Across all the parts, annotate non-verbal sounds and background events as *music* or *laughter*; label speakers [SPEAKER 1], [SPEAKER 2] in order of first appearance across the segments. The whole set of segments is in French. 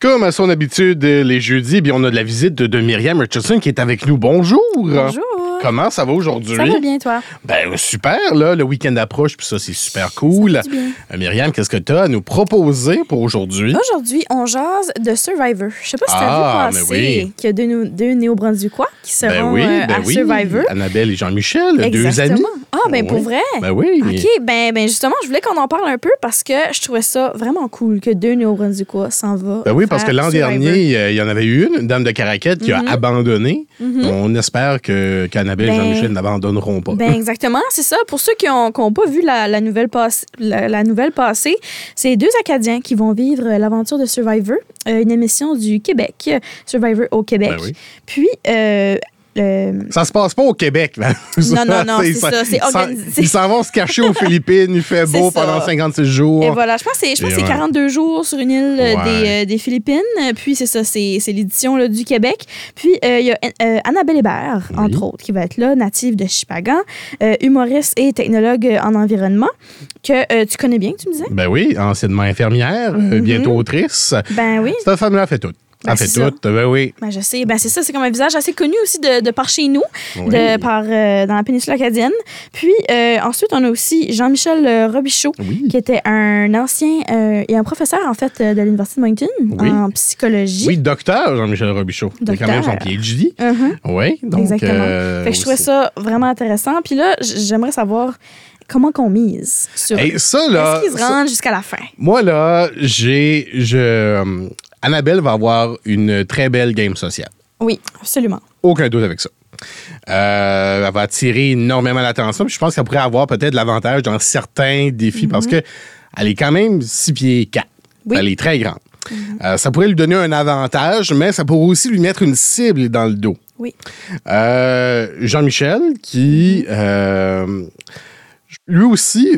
[SPEAKER 1] Comme à son habitude, euh, les jeudis, bien, on a de la visite de, de Myriam Richardson qui est avec nous. Bonjour.
[SPEAKER 2] Bonjour.
[SPEAKER 1] Comment ça va aujourd'hui?
[SPEAKER 2] Ça va bien, toi?
[SPEAKER 1] Ben, super, là. Le week-end approche, puis ça, c'est super cool.
[SPEAKER 2] Ça bien. Oh,
[SPEAKER 1] Euh, Myriam, qu'est-ce que tu as à nous proposer pour aujourd'hui?
[SPEAKER 2] Aujourd'hui, on jase de Survivor. Je sais pas si tu as
[SPEAKER 1] Ah,
[SPEAKER 2] vu passer
[SPEAKER 1] mais oui.
[SPEAKER 2] qu'il y a deux, nou- deux néo-brunswickois qui seront
[SPEAKER 1] Ben oui,
[SPEAKER 2] euh,
[SPEAKER 1] ben
[SPEAKER 2] à
[SPEAKER 1] oui.
[SPEAKER 2] Survivor.
[SPEAKER 1] Annabelle et Jean-Michel, deux
[SPEAKER 2] Exactement.
[SPEAKER 1] amis.
[SPEAKER 2] Ah, ben pour
[SPEAKER 1] Oui.
[SPEAKER 2] vrai?
[SPEAKER 1] Ben oui.
[SPEAKER 2] OK, ben, ben justement, je voulais qu'on en parle un peu parce que je trouvais ça vraiment cool que deux néo-brunswickois s'en vont.
[SPEAKER 1] Ben oui, parce que
[SPEAKER 2] faire
[SPEAKER 1] l'an
[SPEAKER 2] Survivor. Mhm.
[SPEAKER 1] dernier, euh, il y en avait eu une, une dame de Caraquette, qui a abandonné. On espère que qu'Annabelle et
[SPEAKER 2] Ben-
[SPEAKER 1] Jean-Michel n'abandonneront pas.
[SPEAKER 2] Ben exactement, c'est ça. Pour ceux qui n'ont pas vu la, la nouvelle passe- la, la nouvelle passée, c'est deux Acadiens qui vont vivre euh, l'aventure de Survivor, euh, une émission du Québec, euh, Survivor au Québec.
[SPEAKER 1] Ben oui.
[SPEAKER 2] Puis, euh, euh,
[SPEAKER 1] Ça se passe pas au Québec. là.
[SPEAKER 2] Non, non,
[SPEAKER 1] *laughs*
[SPEAKER 2] non, c'est
[SPEAKER 1] ils s'en-
[SPEAKER 2] ça, c'est
[SPEAKER 1] ils s'en-
[SPEAKER 2] organisé.
[SPEAKER 1] Ils s'en vont se cacher
[SPEAKER 2] *laughs*
[SPEAKER 1] aux Philippines, il fait
[SPEAKER 2] C'est
[SPEAKER 1] beau
[SPEAKER 2] ça.
[SPEAKER 1] pendant 56 jours.
[SPEAKER 2] et voilà, je pense que c'est je pense que
[SPEAKER 1] Et
[SPEAKER 2] c'est
[SPEAKER 1] ouais.
[SPEAKER 2] 42 jours sur une île euh, des,
[SPEAKER 1] Ouais.
[SPEAKER 2] euh, des Philippines. Euh, Puis, c'est ça, c'est c'est l'édition là, du Québec. Puis, euh, il y a euh, Annabelle Hébert,
[SPEAKER 1] Oui.
[SPEAKER 2] entre autres, qui va être là, native de Chipagan, euh, humoriste et technologue euh, en environnement, que euh, tu connais bien, tu me disais?
[SPEAKER 1] Ben oui, anciennement infirmière, euh, bientôt autrice.
[SPEAKER 2] Ben Mm-hmm. oui.
[SPEAKER 1] Cette femme-là fait tout.
[SPEAKER 2] Ben,
[SPEAKER 1] elle fait
[SPEAKER 2] c'est ça.
[SPEAKER 1] tout, ben oui.
[SPEAKER 2] Ben, je sais, ben, c'est ça, c'est comme un visage assez connu aussi de, de par chez nous,
[SPEAKER 1] Oui.
[SPEAKER 2] de, par, euh, dans la péninsule acadienne. Puis euh, ensuite, on a aussi Jean-Michel euh, Robichaud,
[SPEAKER 1] Oui.
[SPEAKER 2] qui était un ancien euh, et un professeur en fait euh, de l'Université de Moncton
[SPEAKER 1] Oui.
[SPEAKER 2] en psychologie.
[SPEAKER 1] Oui, docteur Jean-Michel Robichaud. Il a quand même son
[SPEAKER 2] Docteur.
[SPEAKER 1] PhD.
[SPEAKER 2] Mhm.
[SPEAKER 1] Oui, donc.
[SPEAKER 2] Exactement.
[SPEAKER 1] euh,
[SPEAKER 2] Fait que je trouvais
[SPEAKER 1] c'est-
[SPEAKER 2] ça vraiment intéressant. Puis là, j- j'aimerais savoir comment qu'on mise sur...
[SPEAKER 1] Hey, ça, là.
[SPEAKER 2] Est-ce qu'ils se
[SPEAKER 1] ça-
[SPEAKER 2] rendent jusqu'à la fin?
[SPEAKER 1] Moi, là, j'ai. Je, euh, Annabelle va avoir une très belle game sociale.
[SPEAKER 2] Oui, absolument.
[SPEAKER 1] Aucun doute avec ça. Euh, elle va attirer énormément l'attention. puis Je pense qu'elle pourrait avoir peut-être l'avantage dans certains défis parce que elle est quand même 6 pieds 4.
[SPEAKER 2] Oui.
[SPEAKER 1] Elle est très grande. Euh, ça pourrait lui donner un avantage, mais ça pourrait aussi lui mettre une cible dans le dos.
[SPEAKER 2] Oui.
[SPEAKER 1] Euh, Jean-Michel, qui euh, lui aussi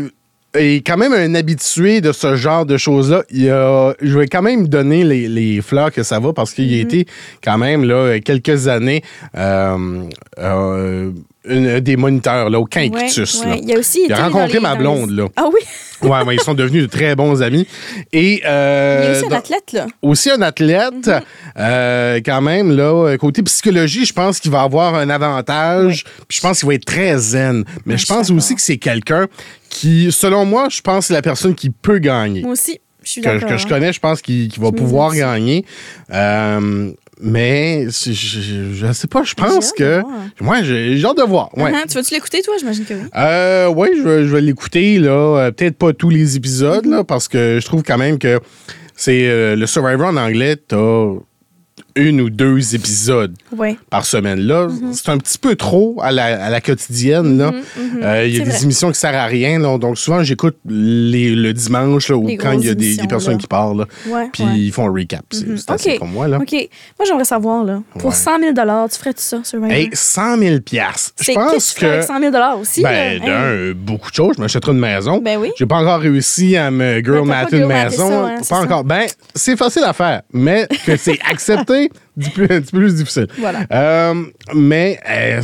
[SPEAKER 1] est quand même un habitué de ce genre de choses-là. Il a- je vais quand même donner les, les fleurs que ça va parce qu'il
[SPEAKER 2] Mhm.
[SPEAKER 1] a été quand même là, quelques années euh, euh, une- des moniteurs là, au Quintus.
[SPEAKER 2] Ouais,
[SPEAKER 1] là.
[SPEAKER 2] ouais. Il y a aussi
[SPEAKER 1] Il a
[SPEAKER 2] été dans
[SPEAKER 1] rencontré
[SPEAKER 2] les-
[SPEAKER 1] ma
[SPEAKER 2] dans les-
[SPEAKER 1] blonde, là.
[SPEAKER 2] Ah oui?
[SPEAKER 1] Ouais, ouais, ils sont devenus de très bons amis. Et,
[SPEAKER 2] Il y a
[SPEAKER 1] euh,
[SPEAKER 2] aussi un
[SPEAKER 1] donc-
[SPEAKER 2] athlète, là.
[SPEAKER 1] aussi un athlète,
[SPEAKER 2] Mhm.
[SPEAKER 1] euh, quand même, là, euh, côté psychologie, je pense qu'il va avoir un avantage. Puis je pense qu'il va être très zen. Mais je
[SPEAKER 2] Ouais, je suis
[SPEAKER 1] pense
[SPEAKER 2] d'accord.
[SPEAKER 1] aussi que c'est quelqu'un qui, selon moi, je pense que c'est la personne qui peut gagner.
[SPEAKER 2] Moi aussi, je suis
[SPEAKER 1] Que,
[SPEAKER 2] d'accord. hein.
[SPEAKER 1] que je connais, je pense qu'il qu'il va
[SPEAKER 2] Je me
[SPEAKER 1] pouvoir
[SPEAKER 2] dis aussi.
[SPEAKER 1] gagner. Euh, mais c'est- je, je- je sais pas, je pense
[SPEAKER 2] J'ai hâte
[SPEAKER 1] que.
[SPEAKER 2] de voir.
[SPEAKER 1] Moi, j'ai j'ai hâte de voir. Ouais.
[SPEAKER 2] Hein, Tu vas-tu l'écouter, toi? J'imagine que oui.
[SPEAKER 1] Euh, oui, je vais, je vais l'écouter, là. Euh, Peut-être pas tous les épisodes, là, parce que je trouve quand même que c'est euh, le Survivor en anglais, t'as une ou deux épisodes
[SPEAKER 2] Oui.
[SPEAKER 1] par semaine. Là,
[SPEAKER 2] Mhm.
[SPEAKER 1] c'est un petit peu trop à la, à la quotidienne, là. Euh, Il y a
[SPEAKER 2] mhm. C'est
[SPEAKER 1] des
[SPEAKER 2] vrai.
[SPEAKER 1] émissions qui servent à rien, là. Donc, souvent, j'écoute les- le dimanche, là, ou
[SPEAKER 2] Les
[SPEAKER 1] quand il y a des-
[SPEAKER 2] grosses
[SPEAKER 1] des,
[SPEAKER 2] émissions,
[SPEAKER 1] personnes
[SPEAKER 2] là.
[SPEAKER 1] qui parlent, là,
[SPEAKER 2] Ouais,
[SPEAKER 1] Puis
[SPEAKER 2] ouais. Mhm.
[SPEAKER 1] ils font un recap. C'est c'est assez
[SPEAKER 2] OK.
[SPEAKER 1] pour moi, là.
[SPEAKER 2] OK. Moi, j'aimerais savoir, là, pour
[SPEAKER 1] Ouais.
[SPEAKER 2] 100 000 tu ferais tout ça, Survivor?
[SPEAKER 1] Hey, 100 000 Je
[SPEAKER 2] C'est- qu'est-ce
[SPEAKER 1] pense
[SPEAKER 2] tu ferais
[SPEAKER 1] que...
[SPEAKER 2] avec 100 000 aussi?
[SPEAKER 1] Ben,
[SPEAKER 2] là? Hein?
[SPEAKER 1] d'un,
[SPEAKER 2] Hey.
[SPEAKER 1] euh, beaucoup de choses. Je m'achèterai une maison.
[SPEAKER 2] Ben oui.
[SPEAKER 1] J'ai pas encore réussi à me girl
[SPEAKER 2] Ben, t'as
[SPEAKER 1] mater
[SPEAKER 2] pas
[SPEAKER 1] une
[SPEAKER 2] girl maté
[SPEAKER 1] maison.
[SPEAKER 2] ça, hein, c'est
[SPEAKER 1] pas
[SPEAKER 2] ça.
[SPEAKER 1] encore. Ben, c'est facile à faire, mais que
[SPEAKER 2] *laughs*
[SPEAKER 1] c'est accepté, du plus- un petit peu plus difficile.
[SPEAKER 2] Voilà.
[SPEAKER 1] Euh, mais euh,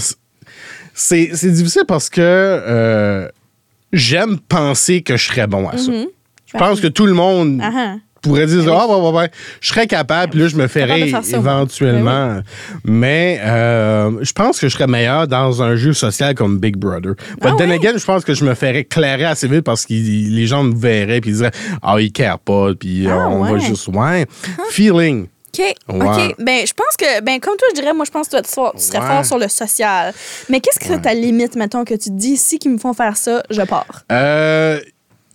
[SPEAKER 1] c'est c'est difficile parce que euh, j'aime penser que je serais bon à ça. Je pense que tout le monde
[SPEAKER 2] Mm-hmm. Ben Ah, ah. Ben
[SPEAKER 1] pourrait dire Ah, ouais, ouais, ouais, je serais capable, puis là, je me ferais
[SPEAKER 2] Capable de faire ça, Ben moi.
[SPEAKER 1] éventuellement. Mais euh, je pense que je serais meilleur dans un jeu social comme Big Brother. But
[SPEAKER 2] Ah
[SPEAKER 1] then
[SPEAKER 2] ouais?
[SPEAKER 1] again, je pense que je me ferais clairer assez vite parce que les gens me verraient, puis ils diraient Ah, il care pas, puis euh,
[SPEAKER 2] Ah
[SPEAKER 1] on va
[SPEAKER 2] ouais.
[SPEAKER 1] juste. Ouais. Feeling.
[SPEAKER 2] OK.
[SPEAKER 1] Ouais.
[SPEAKER 2] OK. Ben, je pense que, ben, comme toi, je dirais, moi, je pense que toi, tu sois- tu serais
[SPEAKER 1] Ouais.
[SPEAKER 2] fort sur le social. Mais qu'est-ce que c'est ta limite, mettons, que tu te dis, si qu'ils me font faire ça, je pars?
[SPEAKER 1] Euh,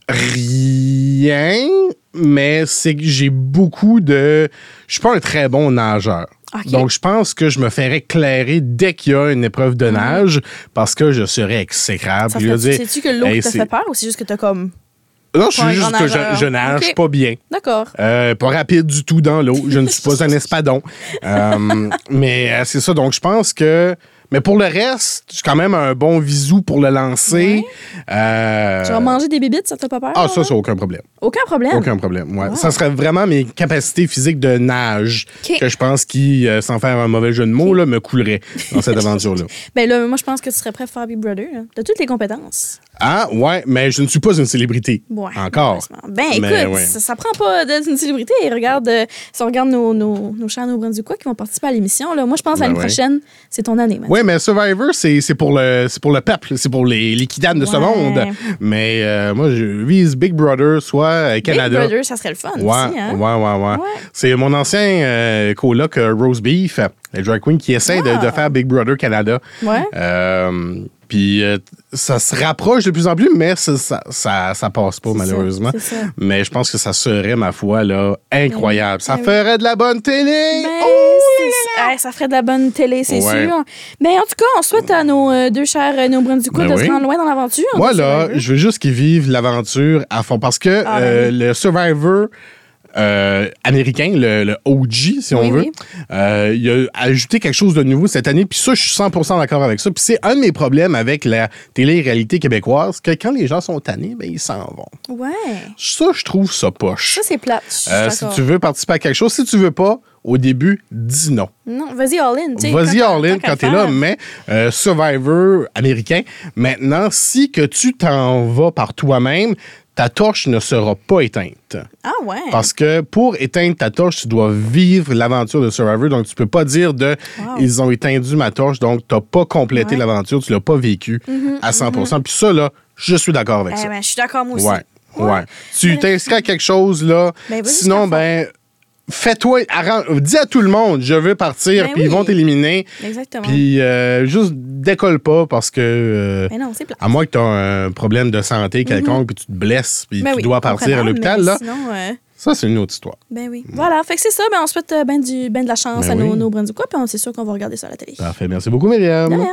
[SPEAKER 1] rien, mais c'est que j'ai beaucoup de. Je suis pas un très bon nageur.
[SPEAKER 2] Ok.
[SPEAKER 1] Donc, je pense que je me ferais clairer dès qu'il y a une épreuve de nage parce que je serais exécrable.
[SPEAKER 2] Ah Ça
[SPEAKER 1] Puis je
[SPEAKER 2] fait-
[SPEAKER 1] veux dire,
[SPEAKER 2] Sais-tu que l'eau
[SPEAKER 1] hey,
[SPEAKER 2] te
[SPEAKER 1] c'est-
[SPEAKER 2] fait peur ou c'est juste que t'as comme.
[SPEAKER 1] Non, je
[SPEAKER 2] pas un
[SPEAKER 1] suis juste
[SPEAKER 2] grand
[SPEAKER 1] que je,
[SPEAKER 2] nageur?
[SPEAKER 1] je nage
[SPEAKER 2] Ok.
[SPEAKER 1] pas bien.
[SPEAKER 2] D'accord.
[SPEAKER 1] Euh, pas rapide du
[SPEAKER 2] *laughs*
[SPEAKER 1] tout dans l'eau. Je ne suis pas un espadon. Euh, mais euh, c'est ça. Donc, je pense que Mais pour le reste, c'est quand même un bon visou pour le lancer. Euh,
[SPEAKER 2] Tu vas manger des bébites, ça te fait pas peur?
[SPEAKER 1] Ah, ça,
[SPEAKER 2] là?
[SPEAKER 1] c'est aucun problème.
[SPEAKER 2] Aucun problème.
[SPEAKER 1] Aucun problème. ouais.
[SPEAKER 2] Wow.
[SPEAKER 1] Ça serait vraiment mes capacités physiques de nage
[SPEAKER 2] OK.
[SPEAKER 1] que je pense qui, euh, sans faire un mauvais jeu de mots, là, me coulerait dans cette
[SPEAKER 2] *laughs*
[SPEAKER 1] aventure-là.
[SPEAKER 2] Ben là, moi, je pense que tu serais prêt à faire Big Brother. là. T'as toutes les compétences.
[SPEAKER 1] Ah, ouais, mais je ne suis pas une célébrité.
[SPEAKER 2] Ouais,
[SPEAKER 1] Encore.
[SPEAKER 2] malheureusement. Ben écoute,
[SPEAKER 1] Mais ouais.
[SPEAKER 2] ça, ça prend pas d'être une célébrité. Regarde, euh, si on regarde nos, nos, nos chers nos Brunswickois qui vont participer à l'émission, là, moi, je pense que
[SPEAKER 1] Ben
[SPEAKER 2] l'année
[SPEAKER 1] ouais.
[SPEAKER 2] prochaine, c'est ton année, Mathieu.
[SPEAKER 1] Oui, mais Survivor, c'est c'est pour, le- c'est pour le peuple, c'est pour les liquidanes de ce
[SPEAKER 2] Ouais.
[SPEAKER 1] monde. Mais euh, moi, je vise Big Brother, soit euh, Canada.
[SPEAKER 2] Big Brother, ça serait le fun
[SPEAKER 1] Ouais,
[SPEAKER 2] aussi. Hein?
[SPEAKER 1] ouais, ouais, ouais.
[SPEAKER 2] Ouais.
[SPEAKER 1] C'est mon ancien euh, coloc euh, Rose Beef, euh, la drag queen, qui essaie de- de,
[SPEAKER 2] Ah.
[SPEAKER 1] faire Big Brother Canada.
[SPEAKER 2] Ouais.
[SPEAKER 1] Euh, Puis euh, ça se rapproche de plus en plus, mais ça, ça, ça, ça passe pas,
[SPEAKER 2] C'est ça,
[SPEAKER 1] malheureusement.
[SPEAKER 2] c'est ça.
[SPEAKER 1] Mais je pense que ça serait, ma foi, là, incroyable. Ça
[SPEAKER 2] Ben oui.
[SPEAKER 1] ferait de la bonne télé!
[SPEAKER 2] Ben,
[SPEAKER 1] Oh!
[SPEAKER 2] c'est- ouais, ça ferait de la bonne télé, c'est
[SPEAKER 1] Ouais.
[SPEAKER 2] sûr. Mais en tout cas, on souhaite à nos euh, deux chers euh, nos Brunswickois
[SPEAKER 1] Ben
[SPEAKER 2] de
[SPEAKER 1] oui.
[SPEAKER 2] se rendre loin dans l'aventure. *laughs*
[SPEAKER 1] Moi,
[SPEAKER 2] de
[SPEAKER 1] là,
[SPEAKER 2] Survivor.
[SPEAKER 1] je veux juste qu'ils vivent l'aventure à fond. Parce que
[SPEAKER 2] Ah, ben
[SPEAKER 1] euh,
[SPEAKER 2] oui.
[SPEAKER 1] le Survivor euh, américain, le, le OG, si on
[SPEAKER 2] Oui,
[SPEAKER 1] veut,
[SPEAKER 2] oui.
[SPEAKER 1] euh, il a ajouté quelque chose de nouveau cette année. Puis ça, je suis 100 d'accord avec ça. Puis c'est un de mes problèmes avec la télé-réalité québécoise, que quand les gens sont tannés, ben, ils s'en vont.
[SPEAKER 2] Ouais.
[SPEAKER 1] Ça, je trouve ça poche.
[SPEAKER 2] Ça, c'est plate. je suis
[SPEAKER 1] Euh, si
[SPEAKER 2] d'accord.
[SPEAKER 1] tu veux participer à quelque chose, si tu veux pas, au début, dis non.
[SPEAKER 2] Non, vas-y, all-in.
[SPEAKER 1] Vas-y all-in quand t'es là,
[SPEAKER 2] mais...
[SPEAKER 1] mais euh, Survivor américain, maintenant, si que tu t'en vas par toi-même, ta torche ne sera pas éteinte.
[SPEAKER 2] Ah ouais.
[SPEAKER 1] Parce que pour éteindre ta torche, tu dois vivre l'aventure de Survivor. Donc, tu peux pas dire de
[SPEAKER 2] Wow.
[SPEAKER 1] ils ont éteindu ma torche, donc t'as pas complété
[SPEAKER 2] Ouais. Mhm,
[SPEAKER 1] l'aventure, tu l'as pas vécu à 100 Puis ça, là, je suis d'accord avec
[SPEAKER 2] Eh
[SPEAKER 1] ça.
[SPEAKER 2] ben, je suis d'accord, moi aussi.
[SPEAKER 1] Ouais. Ouais. Tu t'inscris à quelque chose, là.
[SPEAKER 2] Ben, vas-y,
[SPEAKER 1] Sinon,
[SPEAKER 2] jusqu'à
[SPEAKER 1] ben, fais-toi. arrange- Dis à tout le monde, je veux partir,
[SPEAKER 2] Ben
[SPEAKER 1] puis ils
[SPEAKER 2] oui.
[SPEAKER 1] vont t'éliminer.
[SPEAKER 2] Exactement.
[SPEAKER 1] Puis euh, juste décolle pas parce que. euh,
[SPEAKER 2] Mais non, c'est plate. Mhm.
[SPEAKER 1] à moins que tu un problème de santé quelconque, puis tu te blesses, puis
[SPEAKER 2] Ben
[SPEAKER 1] tu
[SPEAKER 2] oui,
[SPEAKER 1] dois partir à
[SPEAKER 2] comprenable,
[SPEAKER 1] l'hôpital,
[SPEAKER 2] mais
[SPEAKER 1] là.
[SPEAKER 2] Sinon, euh,
[SPEAKER 1] Ça, c'est une autre histoire.
[SPEAKER 2] ben oui. Voilà, fait que c'est ça. Ben, on souhaite euh, ben, du, ben de la chance
[SPEAKER 1] Mm. Ben
[SPEAKER 2] à
[SPEAKER 1] oui.
[SPEAKER 2] nos, nos Brunswickois, puis on- c'est sûr qu'on va regarder ça à la télé.
[SPEAKER 1] Parfait. Merci beaucoup, Myriam.
[SPEAKER 2] De rien.